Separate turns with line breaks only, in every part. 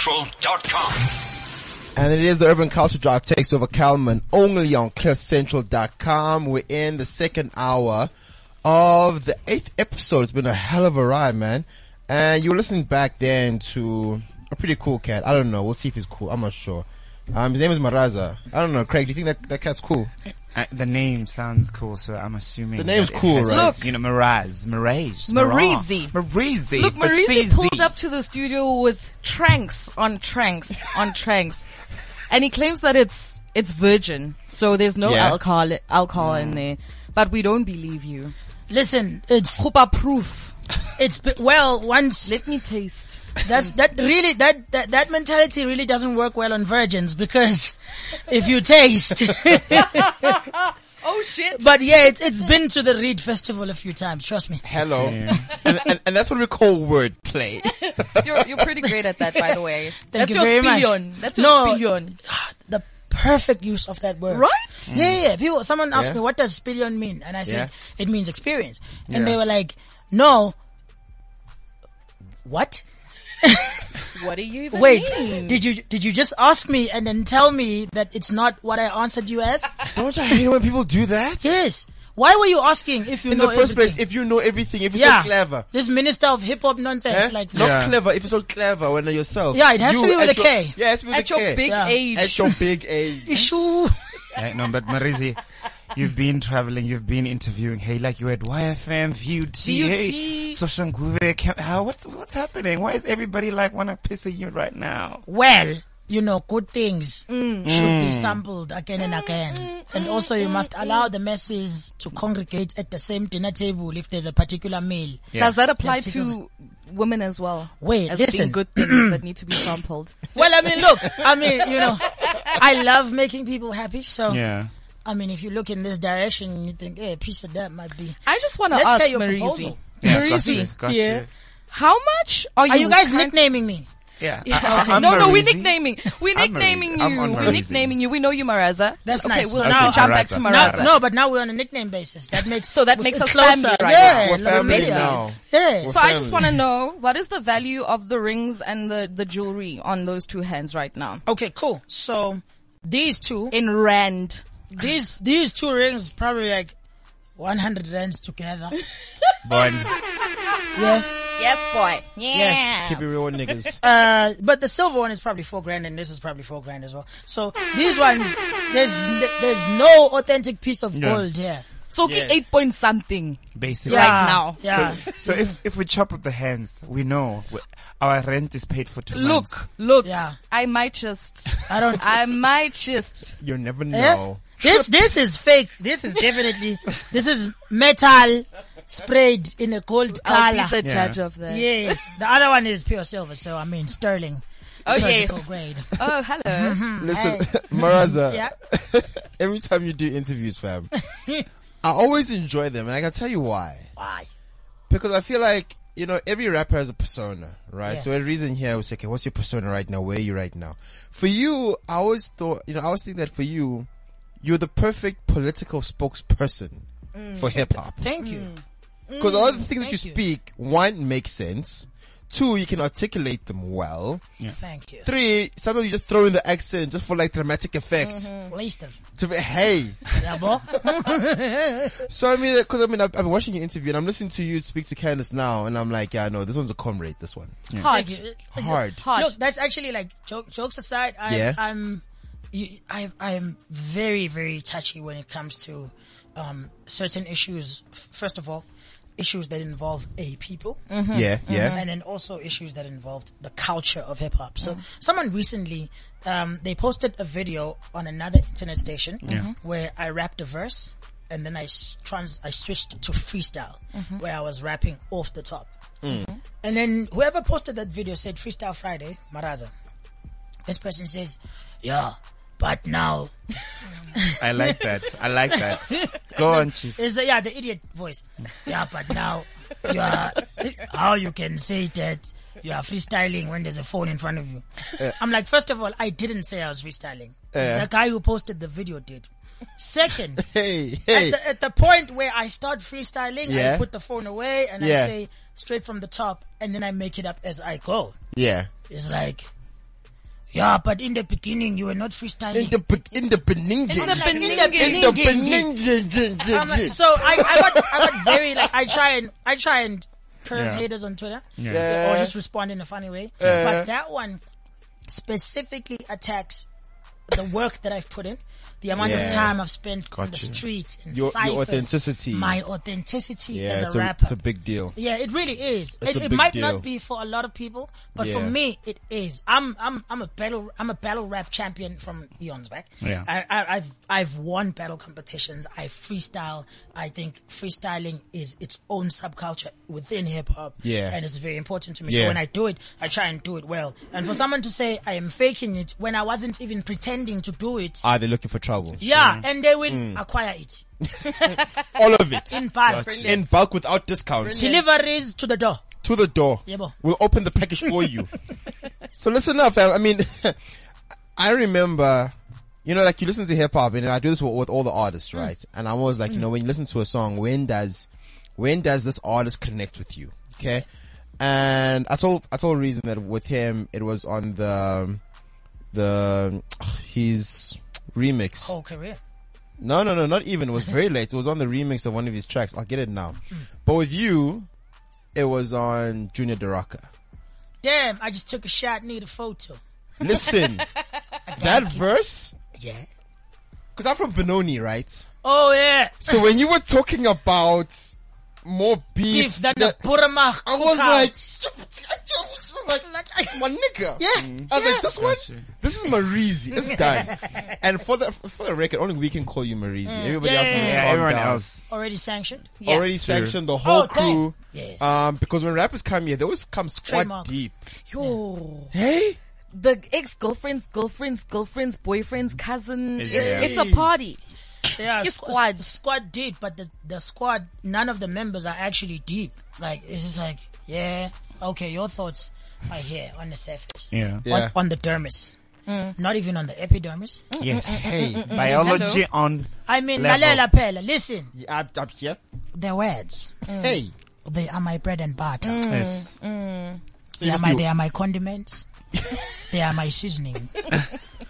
CliffCentral.com.
And it is the Urban Culture Drive takes over Calman only on CliffCentral.com. We're in the second hour of the eighth episode. It's been a hell of a ride, man. And you were listening back then to a pretty cool cat. I don't know. We'll see if he's cool. I'm not sure. Um, his name is Maraza. I don't know, Craig. Do you think that, that cat's cool?
Uh, the name sounds cool, so I'm assuming
The name's
that it
cool,
has-
right?
Look.
You know, Miraz, Miraz,
Marizi.
Marizi.
Look, Marisi
Marizi.
pulled up to the studio with tranks on tranks on tranks, and he claims that it's it's virgin, so there's no
Yeah.
alcohol alcohol in there. But we don't believe you.
Listen, it's
Chupa proof.
it's be- well once
Let me taste.
that's that really that, that that mentality really doesn't work well on virgins because if you taste,
Oh shit!
but yeah, it's it's been to the Reed Festival a few times. Trust me.
Hello. and, and, and that's what we call wordplay.
You're you're pretty great at that, by the way. That's
you
your
very much.
spion. That's your
No.
spion,
The perfect use of that word.
right?
Yeah, yeah. People, someone asked
Yeah.
me, what does spillion mean? And I said, it means experience. And
Yeah.
they were like, no. What?
What do you even
Wait,
mean?
did you, did you just ask me and then tell me that it's not what I answered you as?
Don't you hate when people do that?
yes. Why were you asking if you
In
know
the first place,
everything?
if you know everything, if you're
yeah.
so clever.
This minister of hip hop
Eh?
nonsense, like,
not
Yeah.
clever. If you're so clever when you're yourself.
Yeah, it has to
You
be with
at
a
your-
K.
Yeah, it's with a
at your
K.
big
Yeah.
age?
At your big age.
issue.
Yeah, no, but Marizi, you've been traveling, you've been interviewing. Hey, like you at YFM, VUT, hey,
VUT.
Social Nguve, Cam- how, what's, what's happening? Why is everybody like wanna piss at you right now?
well, you know, good things
Mm.
should be sampled again and again. and also you must
Mm.
allow the masses to congregate at the same dinner table if there's a particular meal.
Does that apply
Yeah, she
to women as well?
Wait,
as
listen.
being good things that need to be sampled.
Well, I mean, look, I mean, you know, I love making people happy. So,
Yeah.
I mean, if you look in this direction, you think, hey, a piece of that might be.
I just want to
Let's
ask
get your
Marizi.
proposal.
Yeah, got you,
Marizi,
got
Yeah.
you.
how much are you?
Are you guys
current-
nicknaming me?
Yeah.
Yeah,
I'm
No, no, we're
Marizi.
nicknaming. We're
I'm
nicknaming
Marizi. I'm
you.
on
We're
Marizi.
nicknaming you. We know you, Maraza.
That's
okay,
nice.
We'll
So
now
now-
jump back to
Maraza.
Maraza.
Maraza.
No, but now we're on a nickname basis. That makes
So that makes us family right
yeah,
now. We're
like,
family
yeah.
now.
Yeah.
So I just want to know what is the value of the rings and the the jewelry on those two hands right now
okay, cool. So these two,
in rand.
these these two rings probably like 100 rands together.
Bon.
Yeah.
Yes, boy. Yeah.
Keep it real, niggas.
Uh, but the silver one is probably four grand, and this is probably four grand as well. So these ones, there's there's no authentic piece of
Yeah.
gold here.
So okay,
Yes.
eight point something.
Basically.
Yeah. Right now.
yeah.
So, so if, if we chop up the hands, we know we- our rent is paid for two months.
Look, look.
Yeah.
I might just.
I don't.
I might just.
You never
Yeah?
know.
This this is fake. This is definitely this is metal sprayed in a gold color.
I'll be the
Yeah.
judge of that.
yes, the other one is pure silver. So I mean sterling.
Oh,
surgical
yes.
grade.
Oh, hello.
Listen, Maraza,
Yeah.
every time you do interviews, fam, I always enjoy them and I can tell you why.
Why?
Because I feel like, you know, every rapper has a persona, right?
Yeah.
So a reason here was okay, what's your persona right now? Where are you right now? For you, I always thought, you know, I always think that for you, you're the perfect political spokesperson
Mm.
for hip hop.
Thank you.
Because a lot of the things that you
Thank you.
speak, one, makes sense. Two, you can articulate them well.
Thank you.
Three, sometimes you just throw in the accent just for like dramatic effects.
Leicester.
To be, hey.
Yeah, bo?
So I mean, because I mean, I've, I've been watching your interview and I'm listening to you speak to Candace now, and I'm like, yeah, I know this one's a comrade. This one
Hard.
Thank you.
hard.
Hard.
Look, that's actually like joke, jokes aside. I'm,
Yeah.
I'm, you, I, I'm very, very touchy when it comes to um, certain issues. F- First of all, issues that involve a people,
Yeah, yeah.
and then also issues that involved the culture of hip hop. So, someone recently, um, they posted a video on another internet station Mm-hmm. where I rapped a verse, and then I s- trans, I switched to freestyle, where I was rapping off the top. Mm-hmm. And then whoever posted that video said Freestyle Friday, Maraza. This person says, yeah, but now
I like that. I like that. Go on, chief.
is the, yeah the idiot voice. Yeah, but now you are how you can say that you are freestyling when there's a phone in front of you. I'm like, first of all, I didn't say I was freestyling.
Yeah.
The guy who posted the video did. Second,
Hey,
at
hey.
the, at the point where I start freestyling,
Yeah.
I put the phone away and
Yeah.
I say, straight from the top and then I make it up as I go.
Yeah.
It's like, yeah, but in the beginning you were not freestyling.
In the be- in the beginning.
In the
like, in the
In
beginning.
the
beginning. I'm like-
beginning.
so I, I got I got very like I try and I try and curb
Yeah.
haters on Twitter
Yeah.
or just respond in a funny way. But that one specifically attacks the work that I've put in, the amount
Yeah.
of time I've spent in the
Gotcha.
streets, in
Your- your
ciphers,
authenticity.
my authenticity
Yeah,
as
it's
a
a,
rapper.
it's a big deal.
Yeah, it really is.
It's
It,
a
it
big
might
deal.
not be for a lot of people, but for
Yeah.
me, it is. I'm I'm I'm a battle I'm a battle rap champion from eons back.
Yeah.
I, I, I've I've won battle competitions. I freestyle. I think freestyling is its own subculture within hip hop.
Yeah.
and it's very important to me.
Yeah.
So when I do it, I try and do it well. And for someone to say I am faking it when I wasn't even pretending to do it,
Are they looking for trouble?
yeah, and they will
Mm.
acquire it
All of it.
in bulk.
In bulk without discount.
Deliveries to the door.
To the door.
Yebo.
We'll open the package for you. so listen up, fam. I mean, I remember, you know, like you listen to hip hop and I do this with, with all the artists, right? And I'm always like, you know, when you listen to a song, when does, when does this artist connect with you? Okay. And I told, I told Reason that with him, it was on the, um, the, his remix.
Whole Oh, career.
No, no, no, not even. It was very late. It was on the remix of one of his tracks. I'll get it now. But with you, it was on Junior Duraca.
Damn, I just took a shot, need a photo.
Listen, that verse,
Yeah.
because I'm from Benoni, right?
Oh yeah.
So when you were talking about more beef,
If that the
that-
Buramach
I was
cookout.
like, I was like, it's my nigga.
Yeah,
I was like,
yeah.
this one,
Gotcha.
this is Marizi. It's done. and for the for the record, only we can call you Marizi. Everybody else,
Yeah,
needs to
Yeah,
calm
everyone
down.
else.
already sanctioned.
Yeah.
already sanctioned the whole
Oh,
crew.
dang. Yeah.
Um, because when rappers come here, they always come squat
Trademark.
deep.
Yo.
Hey,
The ex-girlfriends, girlfriends, girlfriends, boyfriends, cousin. It's,
Yeah.
it's a party.
Yeah,
Your
squ-
squad.
s- squad deep, but the the squad, none of the members are actually deep. Like it's just like, yeah, okay, your thoughts are here on the surface.
Yeah.
Yeah.
On, on the dermis. Not even on the epidermis.
Yes.
Mm,
hey,
Biology on.
I mean,
Level.
lalela pela. Listen,
I'm, I'm here.
the words,
Hey,
they are my bread and butter.
Yes.
They are
must
my,
be-
they are my condiments. they are my seasoning.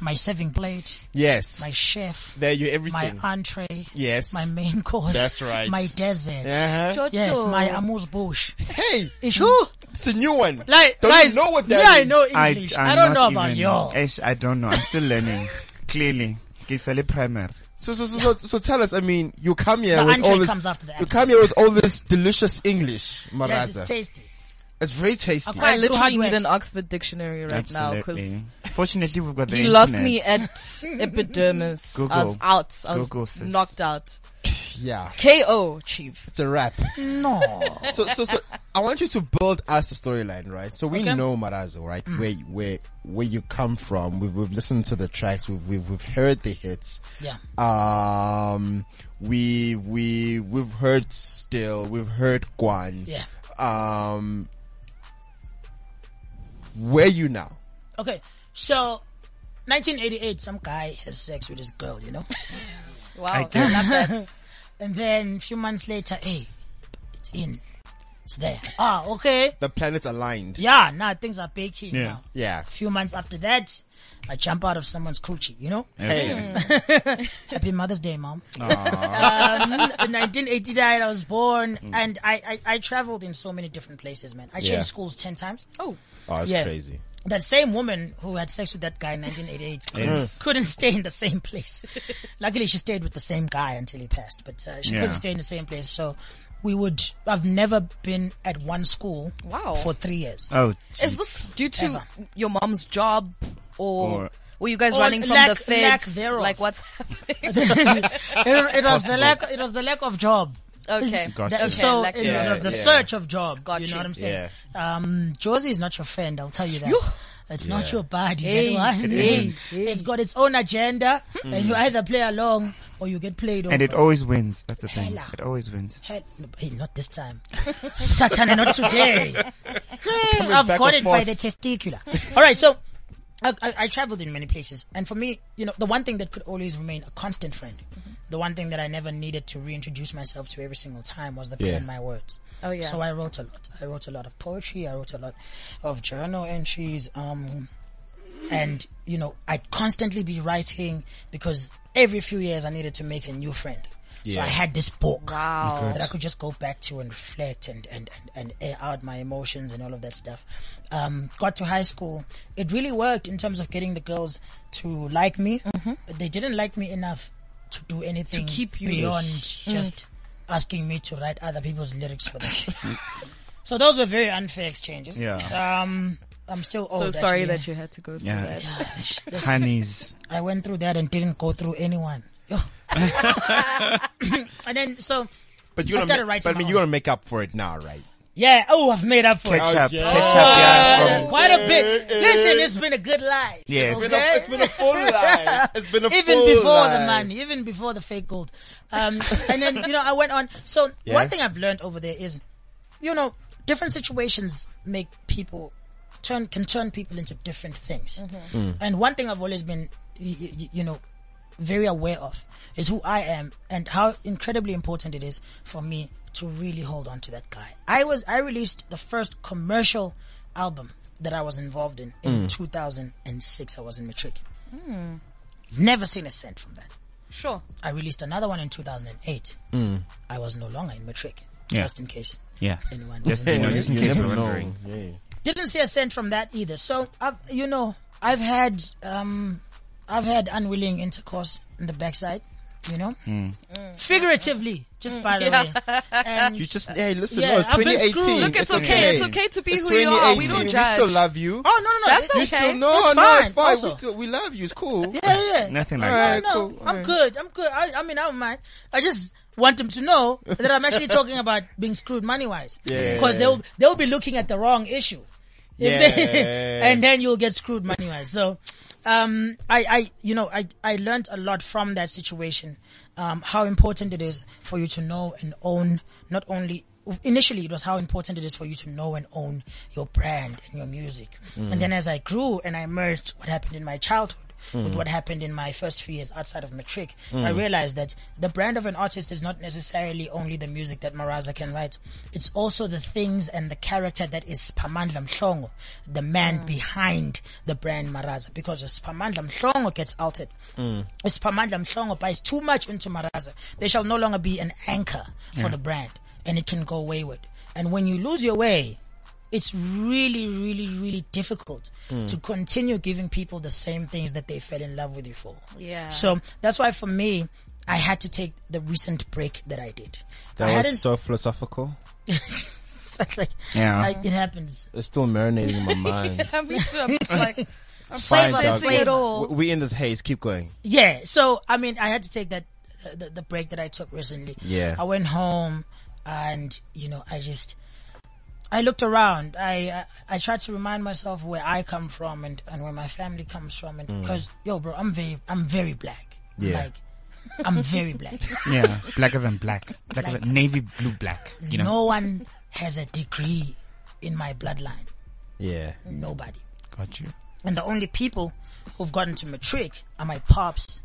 my serving plate.
yes,
My chef.
there you
my
everything.
entree,
yes,
my main course.
That's right.
My desert.
uh-huh.
Jojo.
Yes, my amuse bouche.
hey,
Issue.
it's a new one.
Like,
Don't
guys,
you know what that
yeah,
is?
I know
I,
English. I,
I'm
don't know
not
about
even-
y'all.
Eish, I don't know. I'm still learning. Clearly. It's only primary.
So, so, so, so, so tell us. I mean, you come here
The
with
entree
all this.
comes after the
you
appetizer.
come here with all this delicious English, Maraza.
Yes, it's tasty.
It's very tasty.
Okay.
I
Right, do hard
literally
work.
need an Oxford dictionary right now
Absolutely.
because
Fortunately, we've got the
you lost
internet.
me at epidermis. I
Google.
was out. I was
Google, sis.
knocked out.
Yeah,
KO, chief.
it's a wrap.
No.
so, so, so, I want you to build us a storyline, right? So we
Okay. Mm.
know Marazo, right? Where, where, where you come from. We've, we've listened to the tracks. We've, we've, we've heard the hits.
Yeah.
Um, we, we, we've heard still. We've heard Guan.
Yeah.
Um, where you now?
Okay. So, 1988, some guy has sex with his girl, you know?
Wow.
guess.
Not bad.
And then a few months later, hey, it's in. It's there. Ah, okay.
The planets aligned.
Yeah, now things are baking
Yeah.
now.
Yeah.
A few months after that, I jump out of someone's coochie, you know?
Eh.
Mm.
Hey.
Happy Mother's Day, Mom. Um, in 1989, I was born,
Mm.
and I, I, I traveled in so many different places, man. I changed
Yeah.
schools 10 times.
Oh.
Oh, that's
Yeah.
crazy.
That same woman who had sex with that guy in 1988 couldn't,
Yes.
couldn't stay in the same place. Luckily, she stayed with the same guy until he passed, but uh, she
Yeah.
couldn't stay in the same place. So we would, I've never been at one school
Wow.
for three years.
Oh,
Is this due to
Ever.
your mom's job or,
Or-
were you guys
Or
running from
lack-
the
lack
feds?
thereof.
like what's happening?
it, it was the
Possible.
lack. It was the lack of job.
Okay.
Gotcha.
That-
Okay,
so
like
it,
the-
it was the
Yeah.
search of job.
Got
you,
you.
know what I'm saying? Um, Josie is not your friend. I'll tell you that.
Yo.
It's not your body.
Hey,
that one.
hey,
It's got its own agenda, and you either play along or you get played over.
Hmm. and it always wins. That's the thing.
Hella.
It always wins.
Hell, no, hey, not this time. Satan, not today. I've
back
got
with
it
force.
by the testicular. All right, so I, I, I traveled in many places, and for me, you know, the one thing that could always remain a constant friend the one thing that I never needed to reintroduce myself to every single time was the pen
Yeah.
and my words.
Oh, yeah.
So I wrote a lot. I wrote a lot of poetry. I wrote a lot of journal entries. Um, and you know, I'd constantly be writing because every few years I needed to make a new friend. So
Yeah.
I had this book
Wow. Okay.
that I could just go back to and reflect and, and, and, and air out my emotions and all of that stuff. Um, got to high school. It really worked in terms of getting the girls to like me, but they didn't like me enough to do anything
Mm-hmm. keep you- Mm.
beyond just asking me to write other people's lyrics for them. so those were very unfair exchanges.
Yeah.
Um, I'm still old.
So sorry
actually.
that you had to go through
Yeah.
that.
Honeys.
I went through that and didn't go through anyone. and then so
But you're
I
gonna,
started
ma-
writing
but I mean,
my
you're
own.
gonna make up for it now, right?
yeah, oh, I've made up for it.
Catch up. Catch up,
yeah.
yeah. From,
Uh, quite a bit. Listen, it's been a good life.
Yes.
Okay?
It's been a- Uh, it's been a full life. It's been a
even
full
before
life.
the money, even before the fake gold. Um, and then, you know, I went on. So
Yeah.
one thing I've learned over there is, you know, different situations make people turn, can turn people into different things. And one thing I've always been, y- y- y- you know, very aware of is who I am and how incredibly important it is for me to really hold on to that guy. I was I released the first commercial album that I was involved in in 2006. I was in matric. Never seen a cent from that.
Sure.
I released another one in 2008. I was no longer in matric.
Mm. Yeah.
Just in case
yeah.
anyone
Just, you know, just in
You
case
never
you're
know.
wondering.
Yeah.
didn't see a cent from that either. So I've, you know, I've had, um, I've had unwilling intercourse in the backside, you know,
Hmm.
Mm. figuratively, just by the way. And
You just hey, listen,
Yeah,
no, it's
I've been
2018.
screwed.
Look, it's okay. It's okay to be who you are. We
2018.
don't
We still
judge.
love you.
oh no, no, no,
That's
it-
you
okay.
still no,
That's
no, it's
fine,
fine.
also.
We still we love you. It's cool.
yeah, yeah.
Nothing like that.
No,
Alright.
no,
cool.
I'm good. I'm good. I, I mean, I don't mind. I just want them to know that I'm actually talking about being screwed money wise.
Yeah.
Because they'll they'll be looking at the wrong issue. If they-
Yeah.
and then you'll get screwed money wise. So, um, I, I, you know, I, I learned a lot from that situation. Um, how important it is for you to know and own not only initially it was how important it is for you to know and own your brand and your music.
Mm.
And then as I grew and I merged what happened in my childhood. With what happened in my first few years outside of Matric, I realized that the brand of an artist is not necessarily only the music that Maraza can write. It's also the things and the character that is Pamandla Mhlongo, the man behind the brand Maraza. Because if Pamandla Mhlongo gets altered, if Pamandla Mhlongo buys too much into Maraza, they shall no longer be an anchor for the brand and it can go wayward. And when you lose your way, it's really, really, really difficult
Hmm.
to continue giving people the same things that they fell in love with you for.
Yeah.
So that's why for me, I had to take the recent break that I did. I
That
hadn't.
was so philosophical.
it's like,
Yeah.
I- it happens.
It's still marinating in my mind.
Yeah, me too. I'm just like, I'm
fine,
processing
dog.
it all.
We- We in this haze. Keep going.
Yeah. So I mean, I had to take that uh, the, the break that I took recently.
Yeah.
I went home, and you know, I just I looked around. I I, I tried to remind myself where I come from and and where my family comes from, and because yo, bro, I'm very I'm very black.
Yeah.
Like, I'm very black.
Yeah. Blacker than black. Blacker than navy blue black. You know?
No one has a degree in my bloodline.
Yeah.
Nobody.
Got you.
And the only people who've gotten to matric are my pops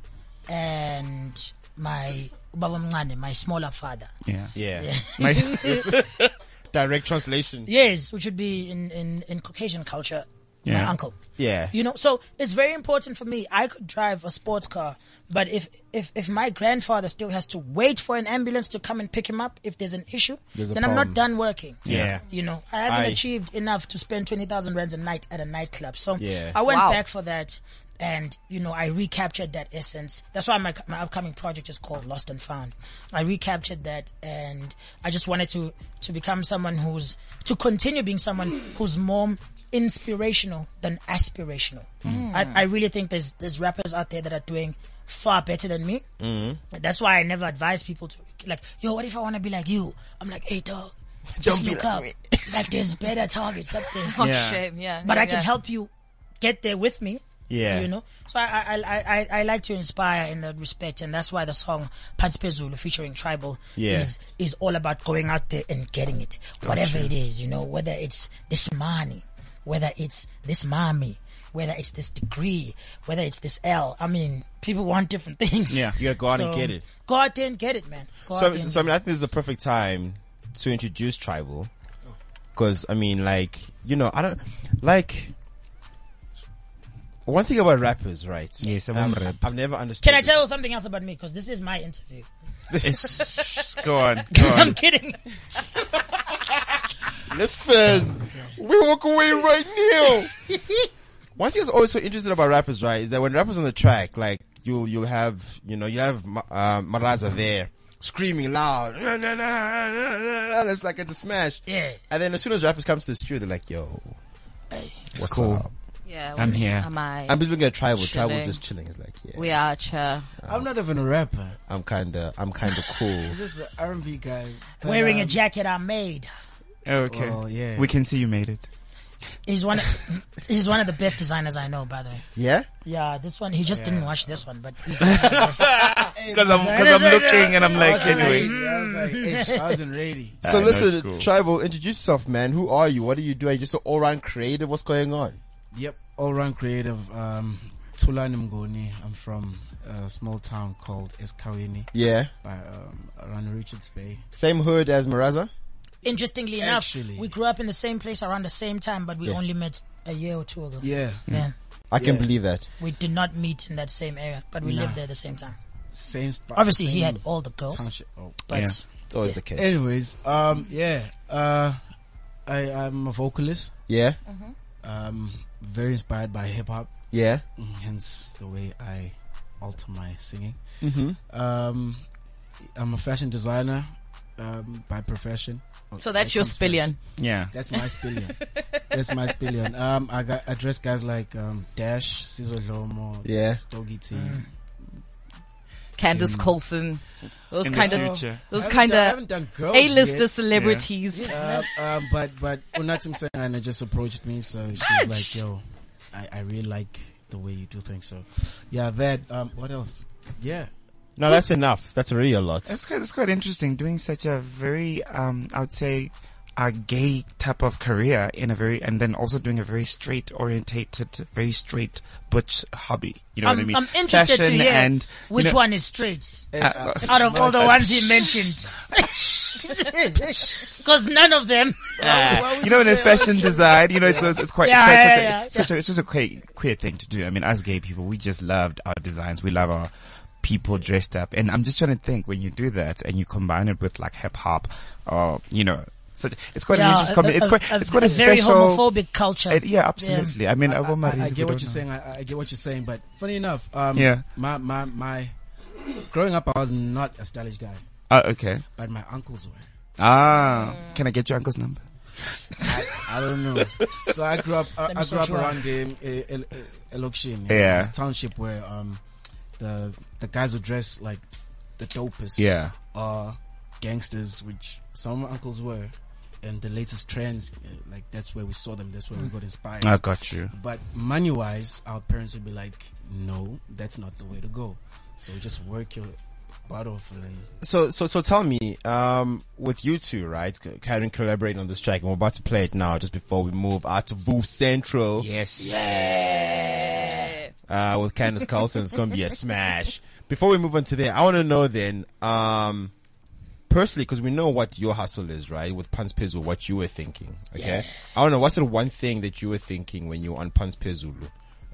and my Baba Mngane, my smaller father.
Yeah.
Yeah.
My,
Direct translation.
Yes, which would be in, in, in Caucasian culture, my
Yeah.
uncle.
Yeah.
You know, so it's very important for me. I could drive a sports car, but if, if, if my grandfather still has to wait for an ambulance to come and pick him up if there's an issue,
There's a
then I'm
problem.
not done working.
Yeah.
You know, I haven't
Aye.
achieved enough to spend 20,000 rands a night at a nightclub. So
Yeah.
I went
Wow.
back for that and, you know, I recaptured that essence. That's why my, my upcoming project is called Lost and Found. I recaptured that and I just wanted to, to become someone who's, to continue being someone who's more inspirational than aspirational. I, I really think there's, there's rappers out there that are doing far better than me. That's why I never advise people to like, yo, what if I want to be like you? I'm like, hey dog,
Don't
just
be
look
like
up.
me.
Like there's better targets up there.
Oh,
Yeah.
shame. Yeah.
But
yeah,
I can
yeah.
help you get there with me.
Yeah.
You know? So I, I, I, I, I like to inspire in that respect. And that's why the song Panspezulu featuring Tribal
Yeah.
is, is all about going out there and getting it. Whatever it is, you know, whether it's this money, whether it's this mommy, whether it's this degree, whether it's this L. I mean, people want different things.
Yeah.
Yeah, go out and get it.
Go out there and get it, man. Go
So,
out there and
so I
get
mean, I think this is the perfect time to introduce tribal, because I mean, like you know, I don't like. One thing about rappers, right?
Yes, I
um,
want rap.
I've never understood.
Can I
this.
tell you something else about me? Because this is my interview.
It's- go on, go
I'm
on.
kidding.
Listen, we walk away right now. One thing that's always so interesting about rappers, right, is that when rappers on the track, like you'll you'll have you know you have Ma- uh, Maraza there screaming loud, "Na, na, na, na, na, na," it's like it's a smash.
Yeah.
And then as soon as rappers come to the studio, they're like, "Yo,
It's cool.
up?
Yeah,
I'm
we-
here.
Am I?
I'm just looking at tribal. Tribal's
Chilling.
just chilling. It's like, yeah,
we are chair.
I'm not even a rapper.
I'm kind of I'm kind of cool.
I'm just an R&B guy. But,
Wearing a
um,
jacket I made.
Oh, Okay.
Well, yeah.
We can see you made it.
He's one. Of, he's one of the best designers I know, by the way.
yeah,
Yeah, this one. He just didn't watch this one, but he's one of the best.
Because I'm, cause I'm looking and I'm like, anyway.
I was like,
Mm.
"Ish, I wasn't ready.
So
Ah, no,
listen,
it's cool.
Tribal, introduce yourself, man. Who are you? What do you do? Are you just an all-round creative? What's going on?
Yep, all round creative. Um, Tulani Mgoni. I'm from a small town called Eskawini
Yeah,
by um, around Richards Bay.
same hood as Maraza.
Interestingly enough,
Actually.
we grew up in the same place around the same time, but we only met a year or two ago.
Yeah,
Yeah.
I can
Yeah.
believe that.
We did not meet in that same area, but we
Nah.
lived there at the same time.
same spot.
Obviously, he
same
had all the girls,
township. Oh.
but
Yeah.
It's always the case.
Anyways, um, yeah, uh, I I'm a vocalist.
yeah,
Um, very inspired by hip hop,
yeah.
hence the way I alter my singing.
Mm-hmm.
Um, I'm a fashion designer um, by profession.
So that's your
That comes first.
spillion.
Yeah.
That's my spillion. That's my spillion. Um, I got I dress guys like um, Dash, Cesar Lomo,
Yeah.
Stogie T.
Candace Colson. Those
In
kind
the
of
future.
I
those
haven't
kind
done- I
of
haven't done girls
A-lister
yet.
celebrities.
Uh, um, but but Unatim Sangana just approached me, so she's like, "Yo, I, I really like the way you do things." So, yeah, that. Um, what else? Yeah,
No, that's enough. That's really a lot.
That's quite, that's quite interesting. Doing such a very, um, I would say, a gay type of career in a very, and then also doing a very straight orientated, very straight butch hobby. You know
I'm,
what I mean?
I'm interested
Fashion
to hear
and you
which
know-
one is straight
And, uh,
out of all the ones he mentioned, because none of them.
you know, in a fashion design, you know, it's, it's, it's quite,
oh, Yeah,
it's, quite
yeah,
such, a,
yeah,
such a, it's just a queer, queer thing to do. I mean, us gay people, we just loved our designs. We love our people dressed up. And I'm just trying to think when you do that and you combine it with like hip hop or, you know, so it's quite an interesting, combi- it's quite, it's quite a,
very
special,
homophobic culture.
it- yeah, absolutely. I mean,
I,
over my
I- I
reason, we
get what
don't
you're
know.
saying. I, I get what you're saying. But funny enough, um,
Yeah.
my my my. Growing up, I was not a stylish guy,
Oh, okay.
but my uncles were.
Ah, can I get your uncle's number?
I don't know. So I grew up. I,
Let me
I grew
sort
up
you out.
around the eh, el- eh, Elokshin,
Yeah.
this township where um, the the guys were dressed like the dopest.
Yeah.
are gangsters, which some of my uncles were, and the latest trends, uh, like that's where we saw them. That's where we got inspired.
I got you.
But money wise, our parents would be like, "No, that's not the way to go." So just work your butt off and then
So, so, so tell me, um, with you two, right? c- Karen collaborating on this track, and we're about to play it now, just before we move out to Voof Central.
Yes.
uh, with Candace Carlton. It's going to be a smash. Before we move on to there, I want to know then, um, personally, because we know what your hustle is, right? With Punz Pizzle, what you were thinking. Okay. I don't know. What's the one thing that you were thinking when you were on Punz Pizzle,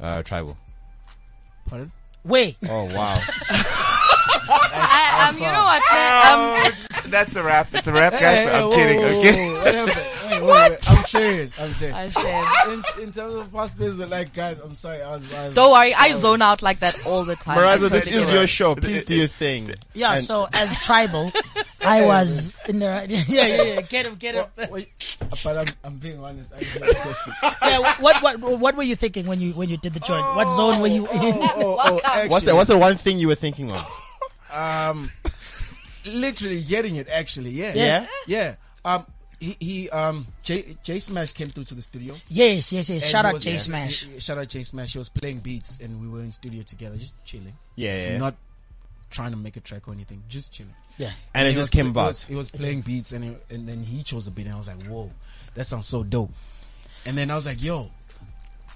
uh, tribal?
pardon.
Wait,
Oh, wow.
I, um, you know what? man? Um,
That's a wrap. It's a wrap, guys.
Hey, hey,
I'm
whoa,
kidding.
whoa,
I'm
whoa,
kidding.
whoa, what happened? Wait, wait, wait. I'm serious. I'm
I
serious.
said,
In, in terms of past business, like guys, I'm sorry. I was. I was
don't worry, I zone out like that all the time.
Maraza,
I'm
this
pretty
is
sure.
your show. Please do your thing.
yeah.
And-
so as tribal, I was in the right. Yeah, yeah, yeah. Get him, get him.
Oh, Wait, but I'm, I'm being honest. I didn't know the question. Oh,
Yeah, what, what, what were you thinking when you when you did the joint? what zone were you in?
Oh, oh, actually,
What's the, what's the one thing you were thinking of?
um, literally getting it. Actually, yeah,
Yeah?
yeah. Um, he, he um, J, J Smash came through to the studio.
Yes, yes, yes.
and
Shout
he
out
was-
J Smash.
he- he- Shout out J Smash. He was playing beats, and we were in studio together, just chilling,
Yeah. yeah.
not trying to make a track or anything, just chilling.
Yeah.
and it
He was
just came
pl- he
about.
was- He was playing beats, and he, and then he chose a beat, and I was like, "Whoa, that sounds so dope." And then I was like, yo,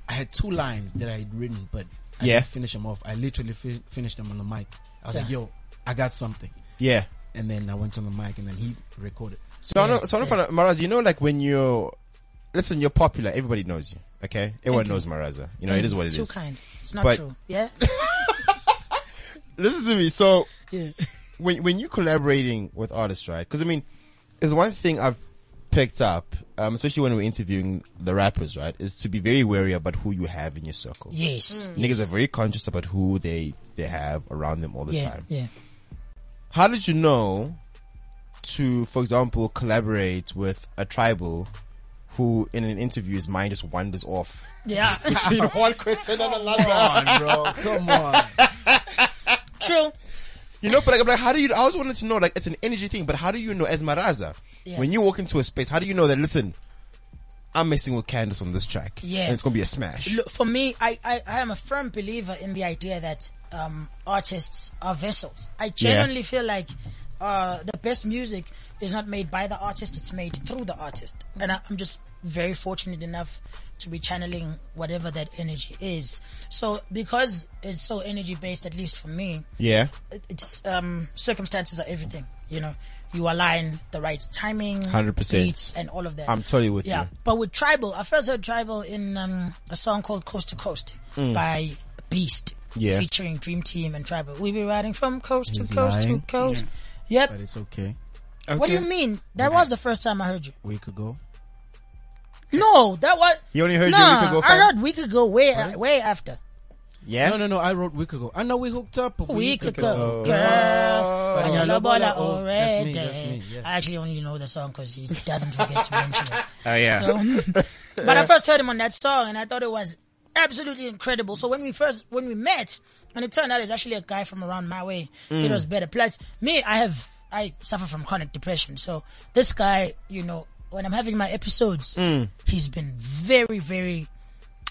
I had two lines that I had written, but I
Yeah.
didn't finish them off. I literally fi- finished them on the mic. I was like, yo, I got something.
Yeah.
And then I went on the mic and then he recorded.
So I know, so I know, for Maraza, you know, like when you're, listen, you're popular. Everybody knows you. Okay. Everyone knows Maraza. You know, it is what it is.
Too kind. It's not
But-
true. Yeah.
Listen to me. So
yeah.
when when you're collaborating with artists, right? Because I mean, it's one thing I've picked up, um, especially when we're interviewing the rappers, right? Is to be very wary about who you have in your circle.
Yes.
Niggas are very conscious about who they they have around them all the
Yeah.
time.
Yeah.
How did you know to, for example, collaborate with a tribal who, in an interview, his mind just wanders off
Yeah.
between one question and another?
Come on, bro. Come on.
true.
You know, but like, I'm like, how do you? I always wanted to know, like, it's an energy thing, but how do you know, as Maraza,
Yeah.
when you walk into a space, how do you know that? Listen, I'm messing with Candace on this track,
Yeah.
and it's gonna be a smash.
Look, for me, I, I, I am a firm believer in the idea that um, artists are vessels. I genuinely feel like uh, the best music is not made by the artist, it's made through the artist. And I, I'm just very fortunate enough to be channeling whatever that energy is. So, because it's so energy based, at least for me,
Yeah,
it- it's um circumstances are everything you know you align the right timing
100%.
beat, and all of that
I'm totally with
yeah
you.
but with tribal i first heard tribal in um a song called coast to coast by beast
Mm. Yeah.
featuring dream team and tribal we be riding from coast to
He's
coast
lying.
to coast yep
But it's okay.
what do you mean that was the first time i heard you
Week ago.
no that was
You only heard you a
Nah,
week ago,
i
fam?
heard week ago way way after
yeah.
No, no, no. I wrote week ago. I know we hooked up a
week
Eh? week, Oh.
ago, girl.
But
I
yeah,
love
Lobola,
Lobola
oh, that's me,
already.
that's me, yeah.
I actually only know the song because he doesn't forget to mention it.
Oh yeah.
So, but I first heard him on that song, and I thought it was absolutely incredible. So when we first when we met, and it turned out it's actually a guy from around my way.
Mm.
It was better. Plus, me, I have I suffer from chronic depression, so this guy, you know, when I'm having my episodes,
Mm.
he's been very, very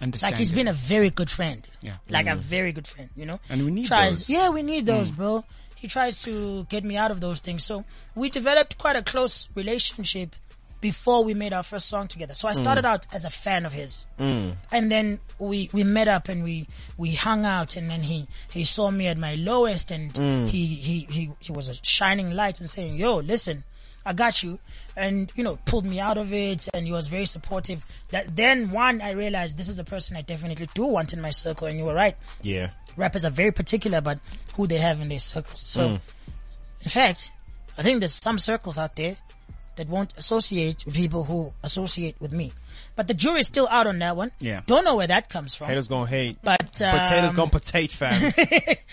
Understand.
like he's been a very good friend.
Yeah.
Like
Mm.
a very good friend, you know?
And we need those.
tries,
Mm.
Yeah, we need those, bro. He tries to get me out of those things. So we developed quite a close relationship before we made our first song together.
Mm.
So I started out as a fan of his. And then we, we met up and we, we hung out and then he, he saw me at my lowest and
Mm.
he, he, he, he was a shining light and saying, yo, listen, I got you. And, you know, pulled me out of it and he was very supportive. That then one, I realized this is a person I definitely do want in my circle. And you were right.
Yeah,
Rappers are very particular about who they have in their circles. So, in fact, I think there's some circles out there that won't associate with people who associate with me. But the jury's still out on that one.
Yeah.
Don't know where that comes from.
haters gonna hate.
But, um,
Potatoes gonna potato, fam.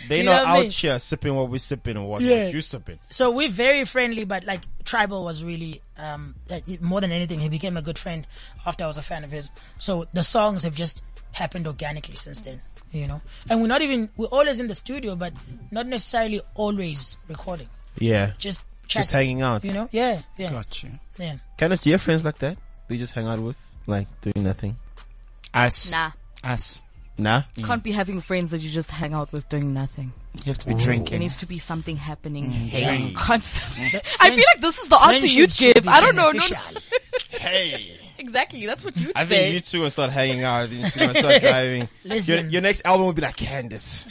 they not
You know what I
out
mean?
here sipping what we sipping and what,
Yeah.
what you sipping.
so we're very friendly, but like Tribal was really, um, like, more than anything, he became a good friend after I was a fan of his. So the songs have just happened organically since then, you know? And we're not even, we're always in the studio, but not necessarily always recording.
Yeah,
Just chatting.
just hanging out.
You know? Yeah, yeah,
Got you.
yeah.
Candace, do you have friends like that? They just hang out with, like, doing nothing.
Us.
Nah.
Us.
Nah.
Can't be having friends that you just hang out with doing nothing.
You have to be
There
drinking.
needs to be something happening
Hey.
constantly. I feel like this is the answer you'd
Friendship should
give.
be
I don't know. No, no.
beneficial.
Hey.
Exactly. That's what you'd
I think
say.
you two will start hanging out. and She's gonna start driving.
Listen.
Your, your next album will be like Candace.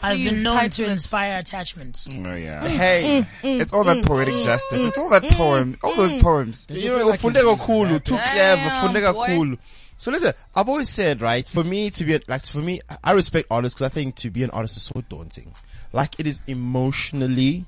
I've been
Please,
known to
titles.
inspire attachments.
Mm-hmm.
Oh yeah.
Hey,
Mm,
It's all that poetic justice. It's all that poem. All those poems.
you know, ufunde kakhulu, too clever,
Damn,
ufunde
boy.
kakhulu. So listen, I've always said, right, for me to be, a- like, for me, I- I respect artists because I think to be an artist is so daunting. Like, it is emotionally,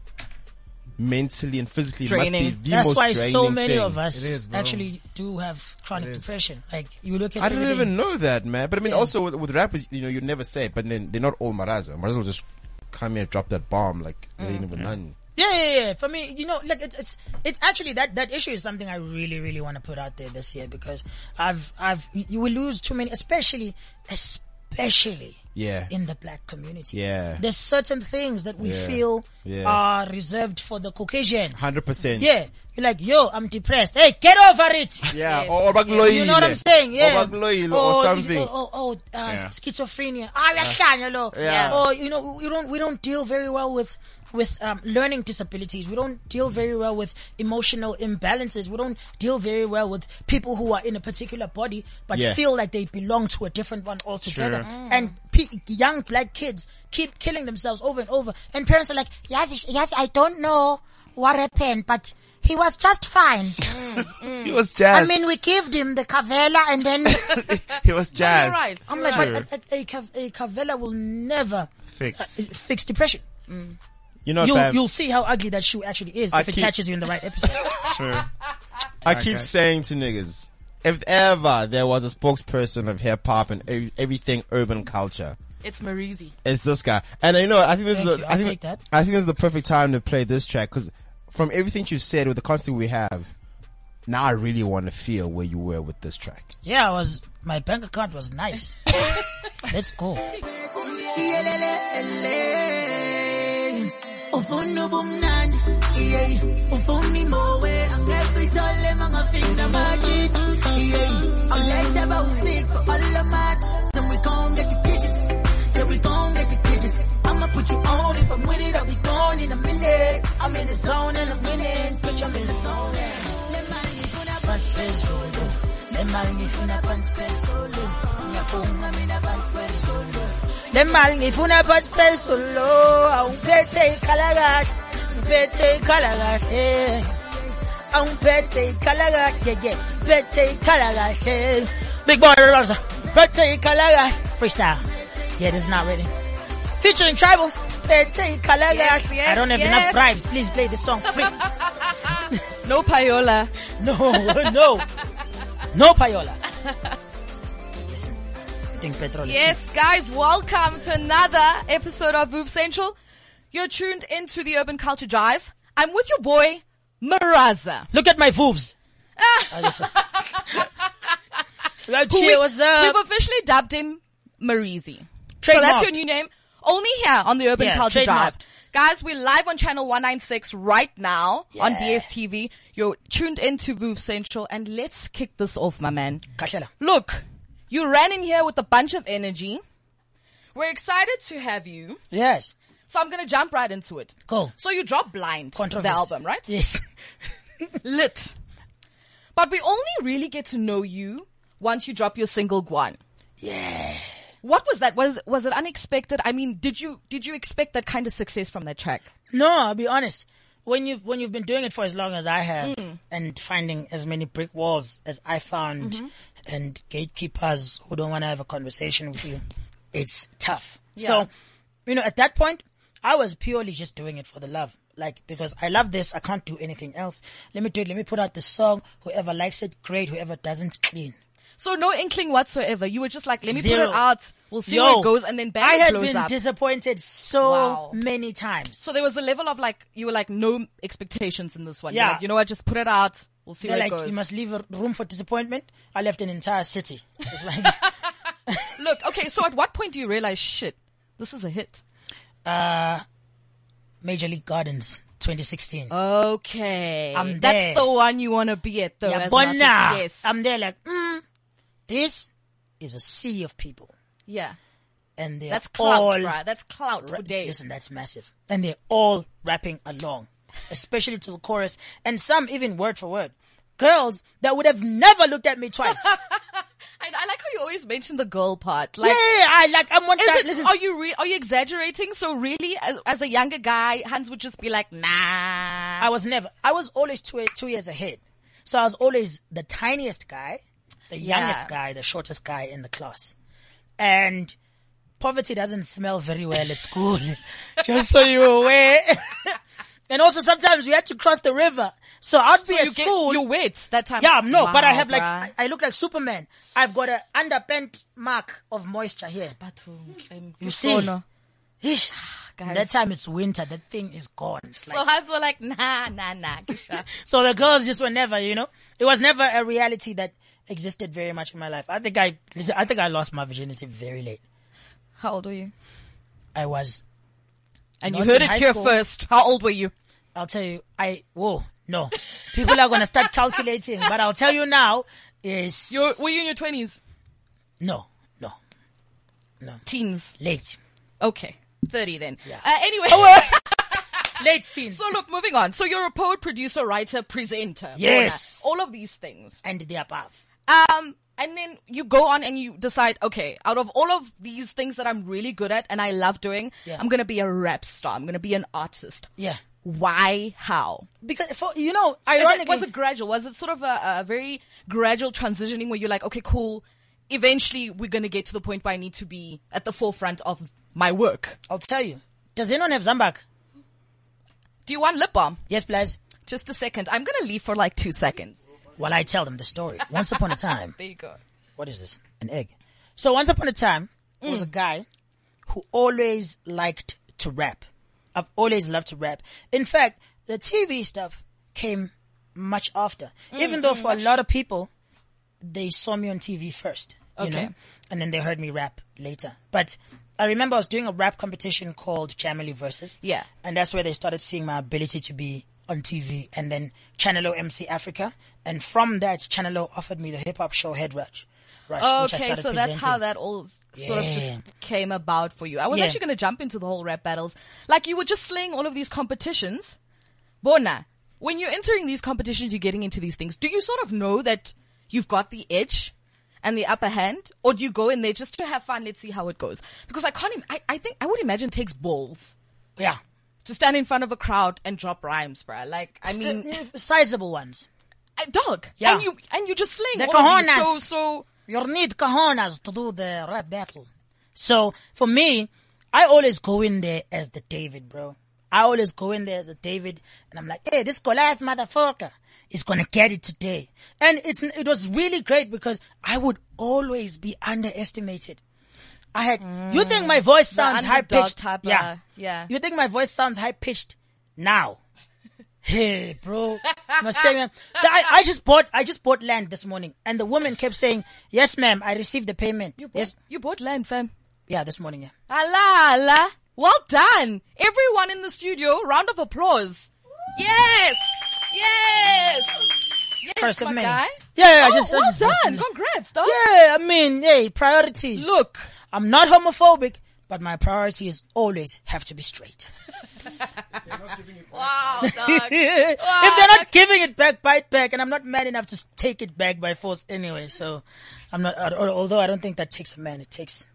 mentally, and physically, it must be
Draining.
the
That's
most
why so
draining
many
thing.
of us
It is, bro.
actually do have chronic
It is.
depression. Like you look at
I didn't
everything-
even know that, man. But I mean, also with, with rappers, you know, you never say it, but then they're not all Maraza. Maraza will just come here, drop that bomb, like, they ain't even none.
Mm. Yeah, yeah, yeah. For me, you know, like it's it's it's actually that that issue is something I really really want to put out there this year because I've I've you will lose too many, especially especially
Yeah.
in the black community.
Yeah.
There's certain things that we
Yeah.
feel
Yeah.
are reserved for the Caucasians.
100%.
Yeah. You're like, yo, I'm depressed. Hey, get over it.
Yeah,
Yes.
or, or bakuloyile.
You know what I'm saying? Yeah.
Or bakuloyile or, something.
Oh, oh, oh, uh,
Yeah.
schizophrenia. Ah, yeah.
Yeah.
Or you know, we don't we don't deal very well with with um, learning disabilities. We don't deal very well with emotional imbalances. We don't deal very well with people who are in a particular body but
Yeah.
feel like they belong to a different one altogether.
Sure.
And pe- young black kids keep killing themselves over and over. And parents are like, yes, yes, I don't know what happened, but he was just fine.
He was jazz.
I mean, we gave him the cavella and then
he was jazz.
You're right.
I'm
you're
like,
right.
but a, a, a, cav- a cavella will never uh,
Fix.
fix depression.
You know,
You'll,
fam,
you'll see how ugly that shoe actually is
I
if it
keep-
catches you in the right episode.
Sure.
I keep saying to niggas, if ever there was a spokesperson of hip hop and ev- everything urban culture,
It's Marizi.
It's this guy. And uh, you know, I think this
Thank
is
you.
the,
I'll
I think,
take that.
I think this is the perfect time to play this track because from everything you've said with the content we have, now I really want to feel where you were with this track.
yeah, I was, my bank account was nice. Let's go.
ufuna ubumnandi yeyi ufuna imowe angeke ithole mangafinda majithi yeyi awulethe bawu-six all amadi then we gon' get the digits then we gon' get the digits I'ma put you on if I'm with it I'll be gone in a minute I'm in the zone and I'm in it bitch I'm in the zone and le mali ngifuna phansi phezulu le mali ngifuna phansi phezulu ngiyafunga mina phansi phezulu
Le mali ngifuna phansi phezulu, awungiphethe ikhala kahle, ngiphethe ikhala kahle. Awungiphethe ikhala kahle, yeah, ngiphethe ikhala kahle. Big boy, Rosa, ngiphethe ikhala kahle. Freestyle. Yeah, this is not ready. Featuring Tribal, ngiphethe ikhala
Yes,
kahle. I
yes,
don't have enough
yes.
bribes, please play this song free.
No payola.
No, no. No payola. Yes, I think petrol is cheap.
Yes, guys, welcome to another episode of Voob Central. You're tuned into the Urban Culture Drive. I'm with your boy, Maraza.
Look at my boobs. I just- Hello,
Ah. who
Chia, what's up?
We've officially dubbed him Marizi. So
Trademarked.
that's your new name. Only here on the Urban
Yeah,
Culture Drive.
trademarked.
Guys, we're live on channel 196 right now on DSTV. You're tuned into Voob Central and let's kick this off, my man.
Kahlela.
Look, you ran in here with a bunch of energy. We're excited to have you.
Yes.
So I'm going to jump right into it.
Go.
So you dropped Blind, the
Controversy.
album, right?
Yes.
Lit. But we only really get to know you once you drop your single Guan.
Yeah.
What was that? Was was it unexpected? I mean, did you did you expect that kind of success from that track?
No, I'll be honest. When you've when you've been doing it for as long as I have,
Hmm.
and finding as many brick walls as I found,
Mm-hmm.
and gatekeepers who don't want to have a conversation with you, it's tough. So, you know, at that point, I was purely just doing it for the love, like because I love this. I can't do anything else. Let me do it. Let me put out the song. Whoever likes it, great. Whoever doesn't, clean.
So no inkling whatsoever. You were just like, let me put
Zero.
it out. We'll see
Yo,
where it goes, and then bang,
I
it
had
blows
been
up.
disappointed so
Wow.
many times.
so there was a level of like you were like no expectations in this one. You're
Yeah.
like, you know what? Just put it out. We'll see
They're
where
like,
it goes.
you must leave a room for disappointment. I left an entire city. It's like,
Look, okay. So at what point do you realize shit? This is a hit.
Major League Gardens, 2016.
Oh, Okay,
I'm
that's
there.
the one you want to be at, though.
yeah,
as
but
much as-
nah,
yes,
I'm there like, mm, this is a sea of people.
yeah.
And they're
That's
all,
clout, right? That's clout
ra-
for days.
listen, that's massive. And they're all rapping along, especially to the chorus. And some even word for word. Girls that would have never looked at me twice. yeah,
I, I like how you always mention the girl part. Like,
I like, I'm one
Is
guy,
it,
listen,
are you re- are you exaggerating? So really, as, as a younger guy, Hans would just be like, "Nah."
I was never. I was always two two years ahead, so I was always the tiniest guy, the youngest
Yeah.
guy, the shortest guy in the class, and poverty doesn't smell very well at school. just so you're aware. and also, sometimes we had to cross the river, so I'd be at
you
school.
you wet that time.
yeah, no, but I
Wow,
have like
bruh.
I, I look like Superman. I've got an underpant mark of moisture here.
you
see?
no.
Eesh.
Guys.
That time it's winter. That thing is gone. It's like-
So Hans were like, "Nah, nah, nah." Kisha."
So the girls just were never, you know, it was never a reality that existed very much in my life. I think I, I think I lost my virginity very late.
How old were you?
I was,
And
Not
you heard
in
it
high
here
school.
first. How old were you?
I'll tell you, I, whoa, no. People are going to start calculating, but I'll tell you now is,
you were you in your twenties?
no, no,
Teens.
late,
Okay. 30 then.
Yeah. Oh,
Uh, anyway.
late teens.
so look, moving on. So you're a poet, producer, writer, presenter.
Yes.
author, All of these things.
and the above.
Um, and then you go on and you decide, okay, out of all of these things that I'm really good at and I love doing,
Yeah.
I'm going to be a rap star. I'm going to be an artist.
Yeah.
Why? How?
Because for, you know,
Ironically,
ironically,
was it gradual? Was it sort of a, a very gradual transitioning where you're like, okay, cool. Eventually we're going to get to the point where I need to be at the forefront of my work.
I'll tell you. Does anyone have Zambak?
Do you want lip balm?
Yes, please.
Just a second. I'm going to leave for like two seconds.
While I tell them the story. Once upon a time,
There you go.
what is this? An egg. So once upon a time, there was a guy who always liked to rap. I've always loved to rap. In fact, the TV stuff came much after. Even though for a lot of people, they saw me on TV first, you
Okay.
know, and then they heard me rap later. But I remember I was doing a rap competition called Jamily Versus.
Yeah.
And that's where they started seeing my ability to be on TV and then Channel O MC Africa. And from that, Channel O offered me the hip hop show Head Rush. Rush which I
Okay,
started
so that's
presenting.
how that all s- sort of
Yeah.
just came about for you. I was
Yeah.
actually going to jump into the whole rap battles. Like you were just slaying all of these competitions. Bona, when you're entering these competitions, you're getting into these things. Do you sort of know that you've got the edge and the upper hand? Or do you go in there just to have fun? Let's see how it goes. Because I can't, im- I, I think, I would imagine it takes balls
Yeah.
to stand in front of a crowd and drop rhymes, bruh. Like, I mean,
Uh, uh, sizable ones.
I- dog.
Yeah.
And you, and you just slaying
The
all of these. So,
cojones.
so,
You need cojones to do the rap battle. So for me, I always go in there as the David, bro. I always go in there as the David, and I'm like, hey, this Goliath motherfucker is gonna get it today. And it's it was really great because I would always be underestimated. I had you think my voice sounds high
underdog
pitched,
type, uh, yeah.
You think my voice sounds high pitched now? hey Eh, bro must check man. The- I, I just bought i just bought land this morning and the woman kept saying yes ma'am i received the payment yes
you bought land, fam.
yeah this morning yeah
Allah, Allah. Well done. Everyone in the studio, round of applause. Yes. Yes. Yes,
First of
my
May.
guy.
Yeah, yeah, I
Oh,
just- I
well
just posted
done.
it.
Congrats, dog.
yeah i mean hey priorities
Look,
i'm not homophobic but my priorities always have to be straight
wow, dog.
if they're not giving it back bite back and i'm not man enough to s- take it back by force anyway so i'm not al- al- although i don't think that takes a man it takes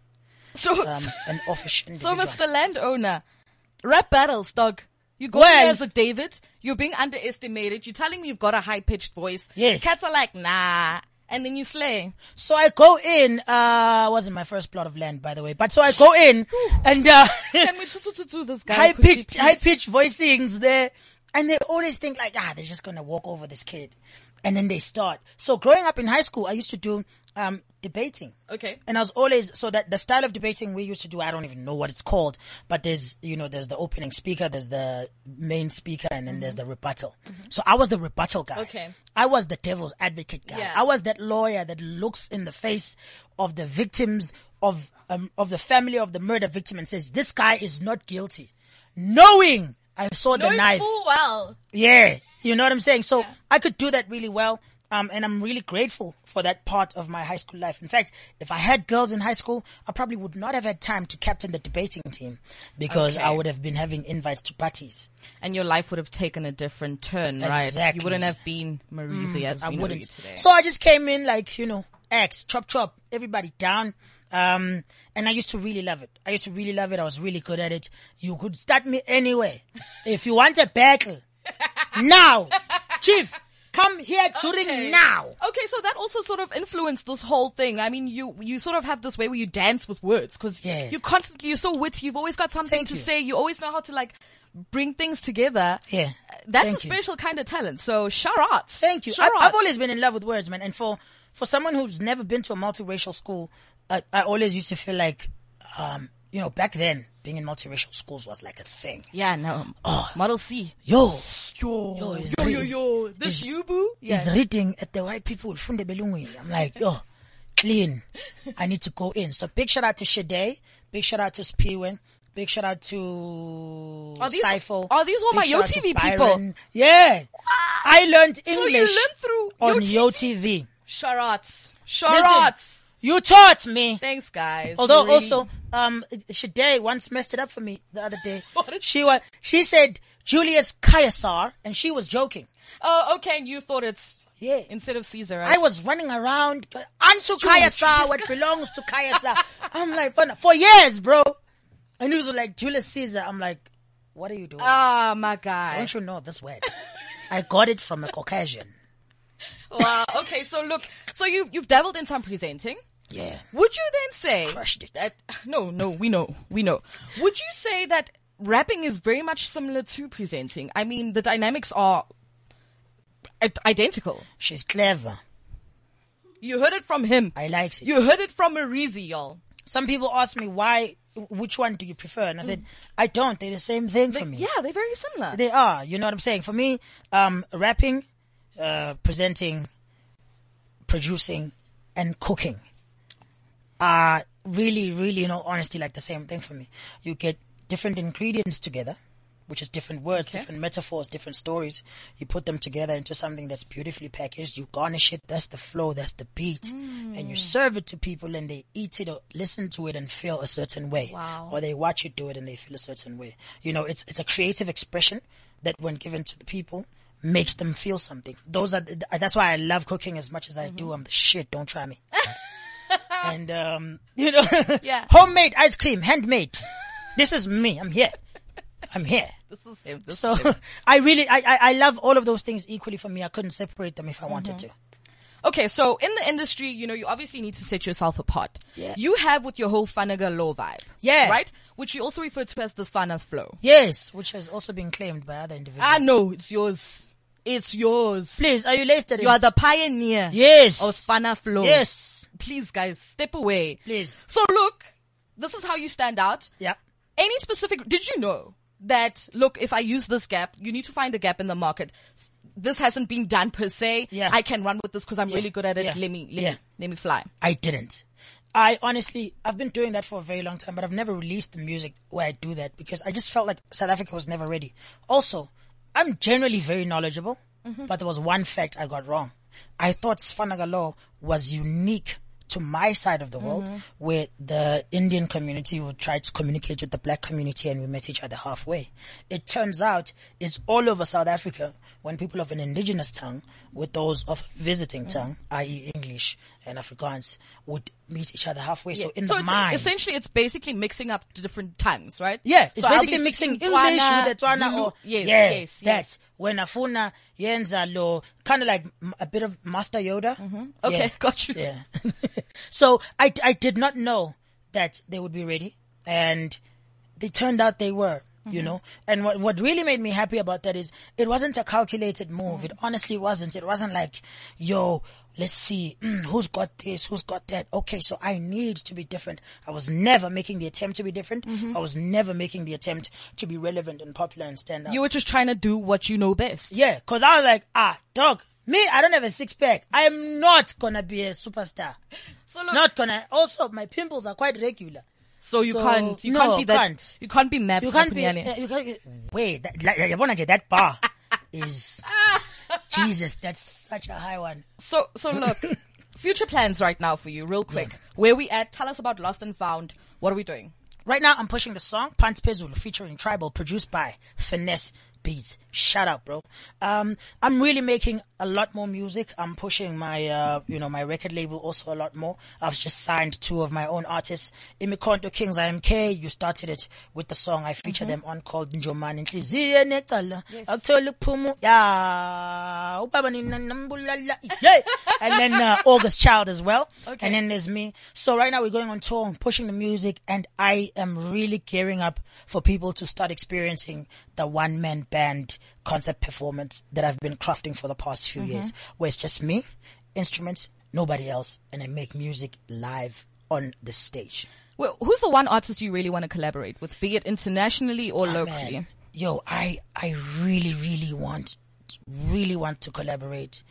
so,
um, an offish
so
individual.
Mr. Landowner, rap battles, dog. You go
Well-
there as a David. You're being underestimated. You're telling me you've got a high pitched voice.
Yes.
Cats are like, nah. And then you slay.
So I go in, uh, wasn't my first plot of land, by the way, but so I go in and, uh,
Can we tutututu this guy?
high
quickly,
pitched,
please?
high pitched voicings there. And they always think like, ah, they're just going to walk over this kid. And then they start. So growing up in high school, I used to do, um, debating.
Okay.
And I was always, so that the style of debating we used to do, I don't even know what it's called, but there's, you know, there's the opening speaker, there's the main speaker, and then there's the rebuttal. So I was the rebuttal guy.
Mm-hmm. Okay.
I was the devil's advocate guy.
Yeah.
I was that lawyer that looks in the face of the victims of, um, of the family of the murder victim and says, this guy is not guilty. Knowing I saw the
Knowing
knife.
full well.
Yeah. You know what I'm saying? So I could do that really well. Um, and I'm really grateful for that part of my high school life. In fact, if I had girls in high school, I probably would not have had time to captain the debating team because I would have been having invites to parties.
and your life would have taken a different turn, right?
Exactly. Mm,
You wouldn't have been Marisi as
I
we know you
wouldn't.
today.
So I just came in like, you know, X, chop chop, everybody down. Um, and I used to really love it. I used to really love it. I was really good at it. You could start me anywhere. if you want a battle, now, Chief, come here during
Okay.
now.
Okay, so that also sort of influenced this whole thing. I mean, you you sort of have this way where you dance with words because
Yeah.
you constantly you're so witty. You've always got something
Thank
to
you.
say. You always know how to like bring things together.
Yeah.
Uh, That's
Thank
a
you.
special kind of talent. So shout out.
Thank you.
Shout
I've,
out.
I've always been in love with words, man. And for, for someone who's never been to a multiracial school, I, I always used to feel like, um, you know, back then, being in multiracial schools was like a thing.
yeah, no. Model C.
Yo,
Yo,
Oh. Yo, it's
yo, yo,
crazy.
yo. This you boo. Yeah.
is reading at the white people funde belungwini. I'm like, yo, clean. I need to go in. So big shout out to Shade. Big shout out to Spiwen. Big shout out to
Are these-
Cypher.
are these all
Big
my
shout out to
YoTV
Byron.
people?
Yeah. I learned
you
English
learned through
on
YoTV?
YoTV.
Charats.
Listen,
Charats.
You taught me.
Thanks, guys.
Although
You really-
also, um, Shade once messed it up for me the other day.
What did
she was, she said Julius Caesar and she was joking.
Oh, okay. You thought it's
Yeah.
instead of Caesar.
I
Right?
was running around unto Caesar, what belongs to Caesar. I'm like, but for years, bro. And he was like, Julius Caesar. I'm like, what are you doing?
Ah, my
Don't
God.
you know this word? I got it from a Caucasian.
wow. Okay. So look. So you you've dabbled in some presenting.
Yeah.
Would you then say
Crushed it.
that? No, no. We know. We know. Would you say that rapping is very much similar to presenting? I mean, the dynamics are i- identical.
She's clever.
You heard it from him.
I likes it.
You heard it from Marizi, y'all.
Some people ask me why, which one do you prefer? And I said, I don't. They're the same thing for me.
Yeah, they're very similar.
They are. You know what I'm saying? For me, um, rapping, uh, presenting, producing, and cooking are really, really, you know, honestly, like the same thing for me. You get different ingredients together, which is different words, different metaphors, different stories. You put them together into something that's beautifully packaged. You garnish it. That's the flow. That's the beat. And you serve it to people and they eat it or listen to it and feel a certain way.
Wow.
Or they watch you do it and they feel a certain way. You know, it's, it's a creative expression that when given to the people, makes them feel something. Those are, th- that's why I love cooking as much as I do. I'm the shit. Don't try me and um, you know,
Yeah.
homemade ice cream, handmade. This is me. I'm here. I'm here.
this is him. This
So I really, I, I, I love all of those things equally for me. I couldn't separate them if I wanted
Mm-hmm.
to.
Okay, so in the industry, you know, you obviously need to set yourself apart.
Yeah.
You have with your whole Funaga law vibe.
Yeah.
Right? Which you also refer to as the Funas flow.
Yes, which has also been claimed by other individuals.
I know, it's yours. It's yours.
Please, are you laced
You are the Oh, pioneer
Yes.
of Spana Flow.
Yes.
Please guys, step away.
Please.
So look, this is how you stand out.
Yeah.
Any specific, did you know that, look, if I use this gap, you need to find a gap in the market. This hasn't been done per se.
Yeah.
I can run with this because I'm really good at it.
Yeah.
Let me, let
Yeah.
me, let me fly.
I didn't. I honestly, I've been doing that for a very long time, but I've never released the music where I do that because I just felt like South Africa was never ready. Also, I'm generally very knowledgeable, but there was one fact I got wrong. I thought Svanagalo was unique to my side of the world
Mm-hmm.
where the Indian community would try to communicate with the black community and we met each other halfway. It turns out it's all over South Africa when people of an indigenous tongue with those of visiting
Mm-hmm.
tongue, i.e. English and Afrikaans, would meet each other halfway. So in the
it's,
mind.
essentially, it's basically mixing up different tongues, right?
Yeah, it's
So I'll
basically
be
mixing English
speaking Tswana,
with the Tswana
Zulu.
or
yes,
yeah,
yes,
that
yes.
when Afuna yenza lo kind of like m- a bit of Master Yoda.
Mm-hmm. Okay,
Yeah.
got you.
Yeah. so I, I did not know that they would be ready and they turned out they were, you
Mm-hmm.
know, and what, what really made me happy about that is it wasn't a calculated move. It
Mm-hmm.
honestly wasn't. It wasn't like, yo, let's see mm, who's got this, who's got that. Okay. So I need to be different. I was never making the attempt to be different.
Mm-hmm.
I was never making the attempt to be relevant and popular and stand out.
You were just trying to do what you know best.
Yeah, cause I was like, ah, dog, me, I don't have a six pack. I'm not gonna be a superstar. it's
look-
not gonna. Also, my pimples are quite regular.
So you
So,
can't, you
no,
can't be that,
can't.
you can't be mapped.
You can't be.
Napunyane.
uh, you can't. Wait, that, like, like, yabona nje, that bar is Jesus. That's such a high one.
So, so look, future plans right now for you, real quick. Where we at? Tell us about Lost and Found. What are we doing?
Right now, I'm pushing the song Pants Pezulu featuring Tribal, produced by Finesse Beats. Shout out, bro. Um, I'm really making a lot more music. I'm pushing my, uh, you know, my record label also a lot more. I've just signed two of my own artists. Imikonto Kings IMK, you started it with the song I feature them on called Njomani Nhliziyo Enecala. Akuthola ukuphuma u- Ya, ubaba nina nambulala. Yay! And then, uh, August Child as well. And then there's me. So right now we're going on tour, and pushing the music, and I am really gearing up for people to start experiencing the one man band concept performance that I've been crafting for the past few years,
Mm-hmm.
where it's just me, instruments, nobody else, and I make music live on the stage.
Well, who's the one artist you really want to collaborate with, be it internationally or
Ah, Man,
locally?
yo, I I really really want really want to collaborate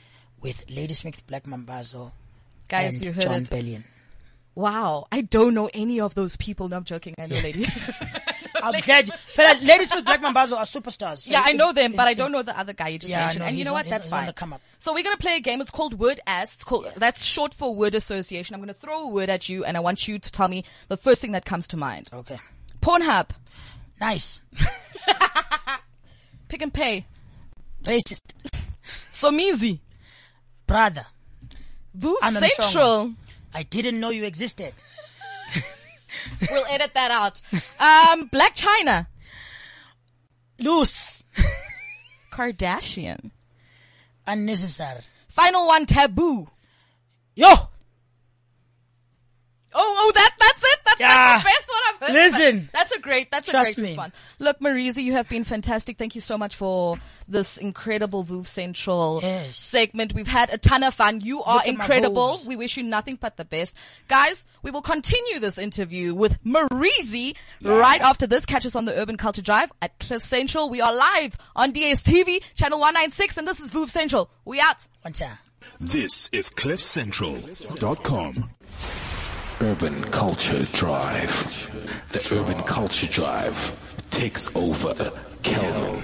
with Ladysmith Black Mambazo
Guys,
and
you heard
John
it.
Bellion.
Wow. I don't know any of those people. No, I'm joking. I know lady.
I'm glad. you- But ladies with Black Mambazo are superstars.
yeah, I know them, but I
It's-
don't know the other guy you just
Yeah, I
mentioned.
know.
and you
He's
know what?
on- he's
That's
on- he's on
fine.
the come up.
So we're gonna play a game. It's called Word Ass. It's called that's short for Word Association. I'm gonna throw a word at you, and I want you to tell me the first thing that comes to mind.
Okay.
Pornhub,
Nice.
pick and pay,
Racist.
Somizi,
Brother,
Boob
Anamhlongo.
Central.
I didn't know you existed.
We'll edit that out. Um, Black China,
Loose.
Kardashian.
Unnecessary.
Final one, Taboo.
Yo,
Oh, oh, that, that's it. That's,
Yeah.
that's the best one I've heard.
Listen.
That's a great, that's a
Trust
great
me.
response. Look, Marisa, you have been fantastic. Thank you so much for this incredible Voof Central
Yes.
segment. We've had a ton of fun. You are
Look at my
incredible.
hooves.
We wish you nothing but the best. Guys, we will continue this interview with Marisi right after this. Catch us on the Urban Culture Drive at Cliff Central. We are live on DSTV, channel 196, and this is Voof Central. We out.
one time.
This is CliffCentral.com. Urban Culture Drive. The Urban Culture Drive takes over Kelman.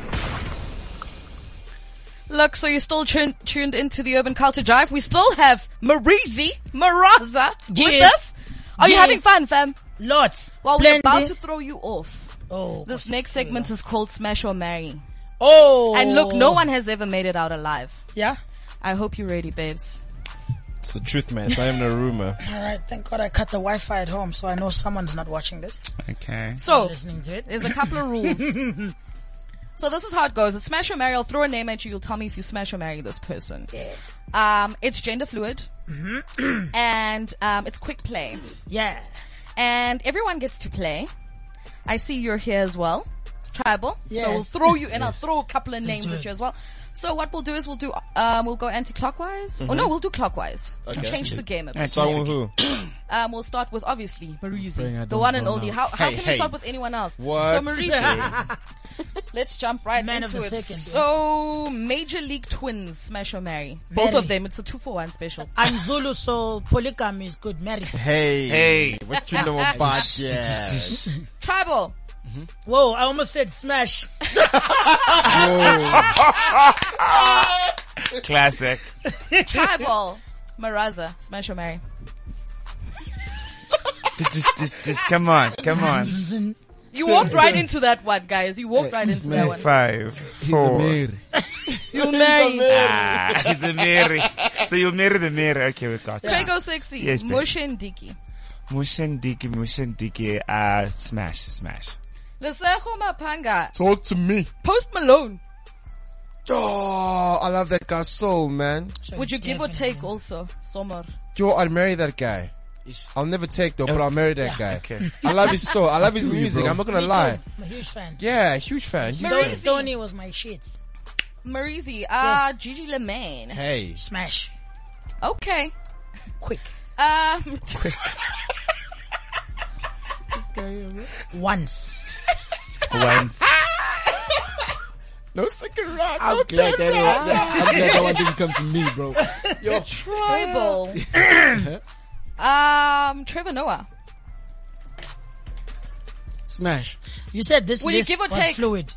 Look, so you're still tun- tuned into the Urban Culture Drive. We still have Marizi Maraza with
Yeah.
us. Are you
Yeah.
having fun, fam?
Lots.
Well, we're about
Plenty.
to throw you off.
Oh,
This next segment is called Smash or Marry.
oh.
And look, no one has ever made it out alive.
Yeah.
I hope you're ready, babes.
It's the truth, man. It's not even a rumor.
All right. Thank God I cut the Wi-Fi at home, so I know someone's not watching this,
Okay.
So,
listening to it.
There's a couple of rules. so this is how it goes. It's smash or marry. I'll throw a name at you. You'll tell me if you smash or marry this person. Um, it's gender fluid.
Mm-hmm.
and, um, it's quick play.
Yeah.
And everyone gets to play. I see you're here as well. Tribal. So we'll
Yes.
throw you and I'll throw a couple of names
do
at
it.
you as well. So what we'll do is we'll do, um, we'll go anti-clockwise. Oh no, we'll do clockwise. Change the game a bit.
Starting with who?
Um, we'll start with obviously
Bring
Marizi,
it
the
on
one and
Zona.
only. How, how
Hey,
can we
hey.
start with anyone else?
What?
So Marizi, let's jump right
Man of
into it.
the second.
so Major League Twins, smash or marry? Both
Marry.
of them. It's a two for one special.
I'm Zulu, so polygamy is good. Marry.
Hey.
Hey.
What you know about yeah?
Tribal,
Whoa! I almost said smash.
Classic.
tribal, Maraza, smash or marry?
Just, just, just, just, come on, come on.
You walked right into that one, guys. You walked
Yeah,
right
he's
into that
mad.
one.
Five,
He's a
four.
mayor.
You marry.
Ah, it's a Mary. So you marry the Mary. Okay, we got you.
Trego sexy.
Yes, babe.
Moshe and Diki.
Mushin Diki, Mushin Diki, uh, smash, smash.
Lesego Mapanga.
Talk to me.
Post Malone.
Oh, I love that guy's soul, man.
Would you give or take also? Sommer.
Yo, I'd marry that guy. I'll never take though, but I'll marry that guy.
Okay.
I love his soul. I love his music. I'm not gonna lie.
I'm a huge fan.
Yeah, huge fan. Huge
Marry-
fan.
Crazy.
Sony was my shits.
Marizi. Ah, Gigi LeMaine.
Hey,
Smash.
Okay.
Quick.
Um,
Once.
Once.
no second round.
I'm glad that one, I'm glad that one didn't come to me, bro.
tribal. um, Trevor Noah.
Smash.
You said this
Will you
list
give or
was
take?
fluid.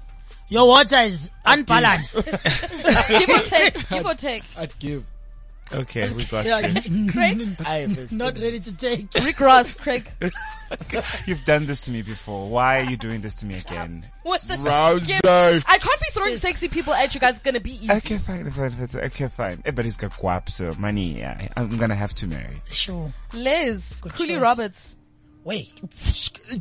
Your water is unbalanced.
Give or take. Give or take.
I'd give.
Okay, we got
Yeah,
you.
Craig.
I have this.
Not ready to take.
Rick Ross. Craig.
You've done this to me before. Why are you doing this to me again?
What's this?
Rouser.
I can't be throwing sexy people at you guys. It's gonna be easy.
Okay, fine, fine, fine. Okay, fine. Everybody's got guap, so money. Yeah, I'm gonna have to marry.
Sure.
Liz. Cooley
choice.
Roberts.
Wait.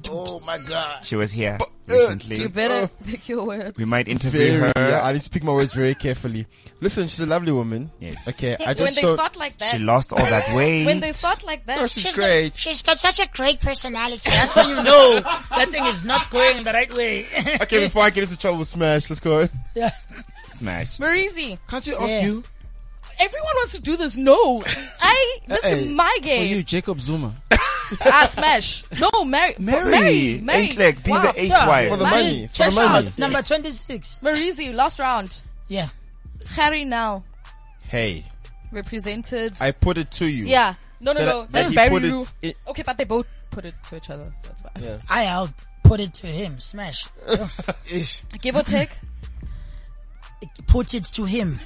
Oh my god.
She was here
uh,
You
recently.
better pick your words.
We might interview
Very.
her.
Yeah, I need to speak my words very carefully. Listen, she's a lovely woman.
Yes.
Okay, I
when they
just don't.
start like that.
She lost all that weight.
when they start like that.
No, Oh, she's great.
she's got such a great personality. That's when you know that thing is not going the right way.
okay, before I get into trouble with Smash, let's go.
smash.
Marizi.
Can't you ask
Yeah.
you?
Everyone wants to do this. No. I, this
Hey,
is my
For
game.
you, Jacob Zuma.
Ah, smash. No, Mary. Mary. Mary. Mary.
Ain't like, be
Wow.
the eighth
Yeah.
wife.
For the
Mine
money.
is
For the
Fresh
money.
out. Number 26.
Marizi, last round.
Yeah.
Harry now
Hey,
represented.
I put it to you.
yeah. No, no,
That-
no.
that
That's
he
Barry
put it
Roo.
in-
Okay, but they both put it to each other. So it's fine.
I, I'll put it to him. Smash.
Give or take.
Put it to him.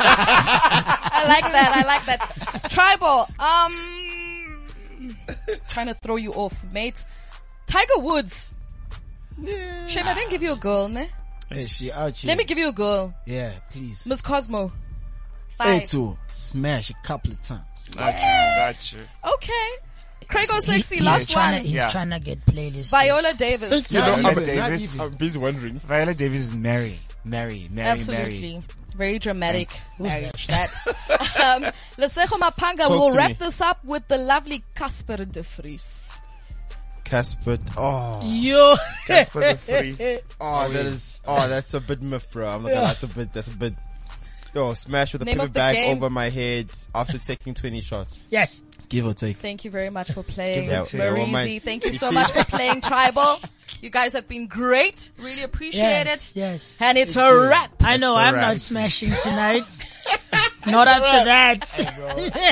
I like that. I like that. Tribal. Um, trying to throw you off, mate. Tiger Woods. Shame I didn't give you a girl, ne?
Hey, she out here.
Let me give you a girl,
yeah, please.
Miss Cosmo.
Hey,
Five.
too. Smash a couple of times.
Got you.
Okay. Craig Oslexi,
he's
last
tryna-
one.
He's
Yeah.
trying to get playlists.
Viola Davis.
You know,
Viola
I'm,
Davis.
I'm busy wondering.
Viola Davis is Mary. Mary, Mary,
Absolutely.
Mary.
Very dramatic. Marriage that. um, Lesego Mapanga
Talk
will
to
wrap
me.
this up with the lovely Casper de Vries.
Casper, oh,
Yo.
Casper the Freeze.
oh, that is, oh, that's a bit myth, bro. I'm not gonna, that's a bit, that's a bit. Yo, smash with a
Name
pivot
of the
back
game.
over my head after taking 20 shots.
Yes.
Give or take.
Thank you very much for playing,
Give it to you. Oh,
Marizi. Thank you
You
so
see?
much for playing Tribal. You guys have been great. Really appreciate
Yes.
it.
Yes.
And it's a wrap.
I know I'm
Alright.
not smashing tonight. not after that.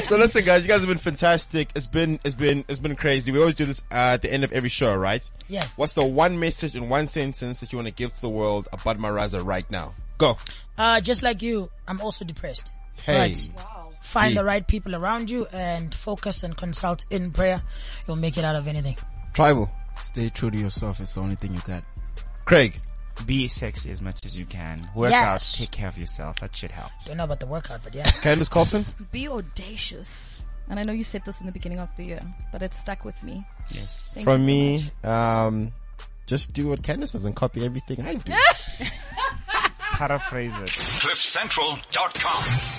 So listen, guys, you guys have been fantastic. It's been, it's been, it's been crazy. We always do this uh, at the end of every show, right?
Yeah.
What's the one message in one sentence that you want to give to the world about Maraza right now? Go.
uh, just like you, I'm also depressed.
Hey.
But find the right people around you and focus and consult in prayer. You'll make it out of anything.
Tribal.
Stay true to yourself. It's the only thing you got.
Craig.
Be sexy as much as you can. Work
Yes.
out, take care of yourself. That shit helps.
Don't know about the workout, but yeah.
Candace Colton.
Be audacious. And I know you said this in the beginning of the year, but it stuck with me.
Yes.
Thank
From
you very
me, um, just do what Candace does and copy everything I do.
Paraphrase it.
CliffCentral.com.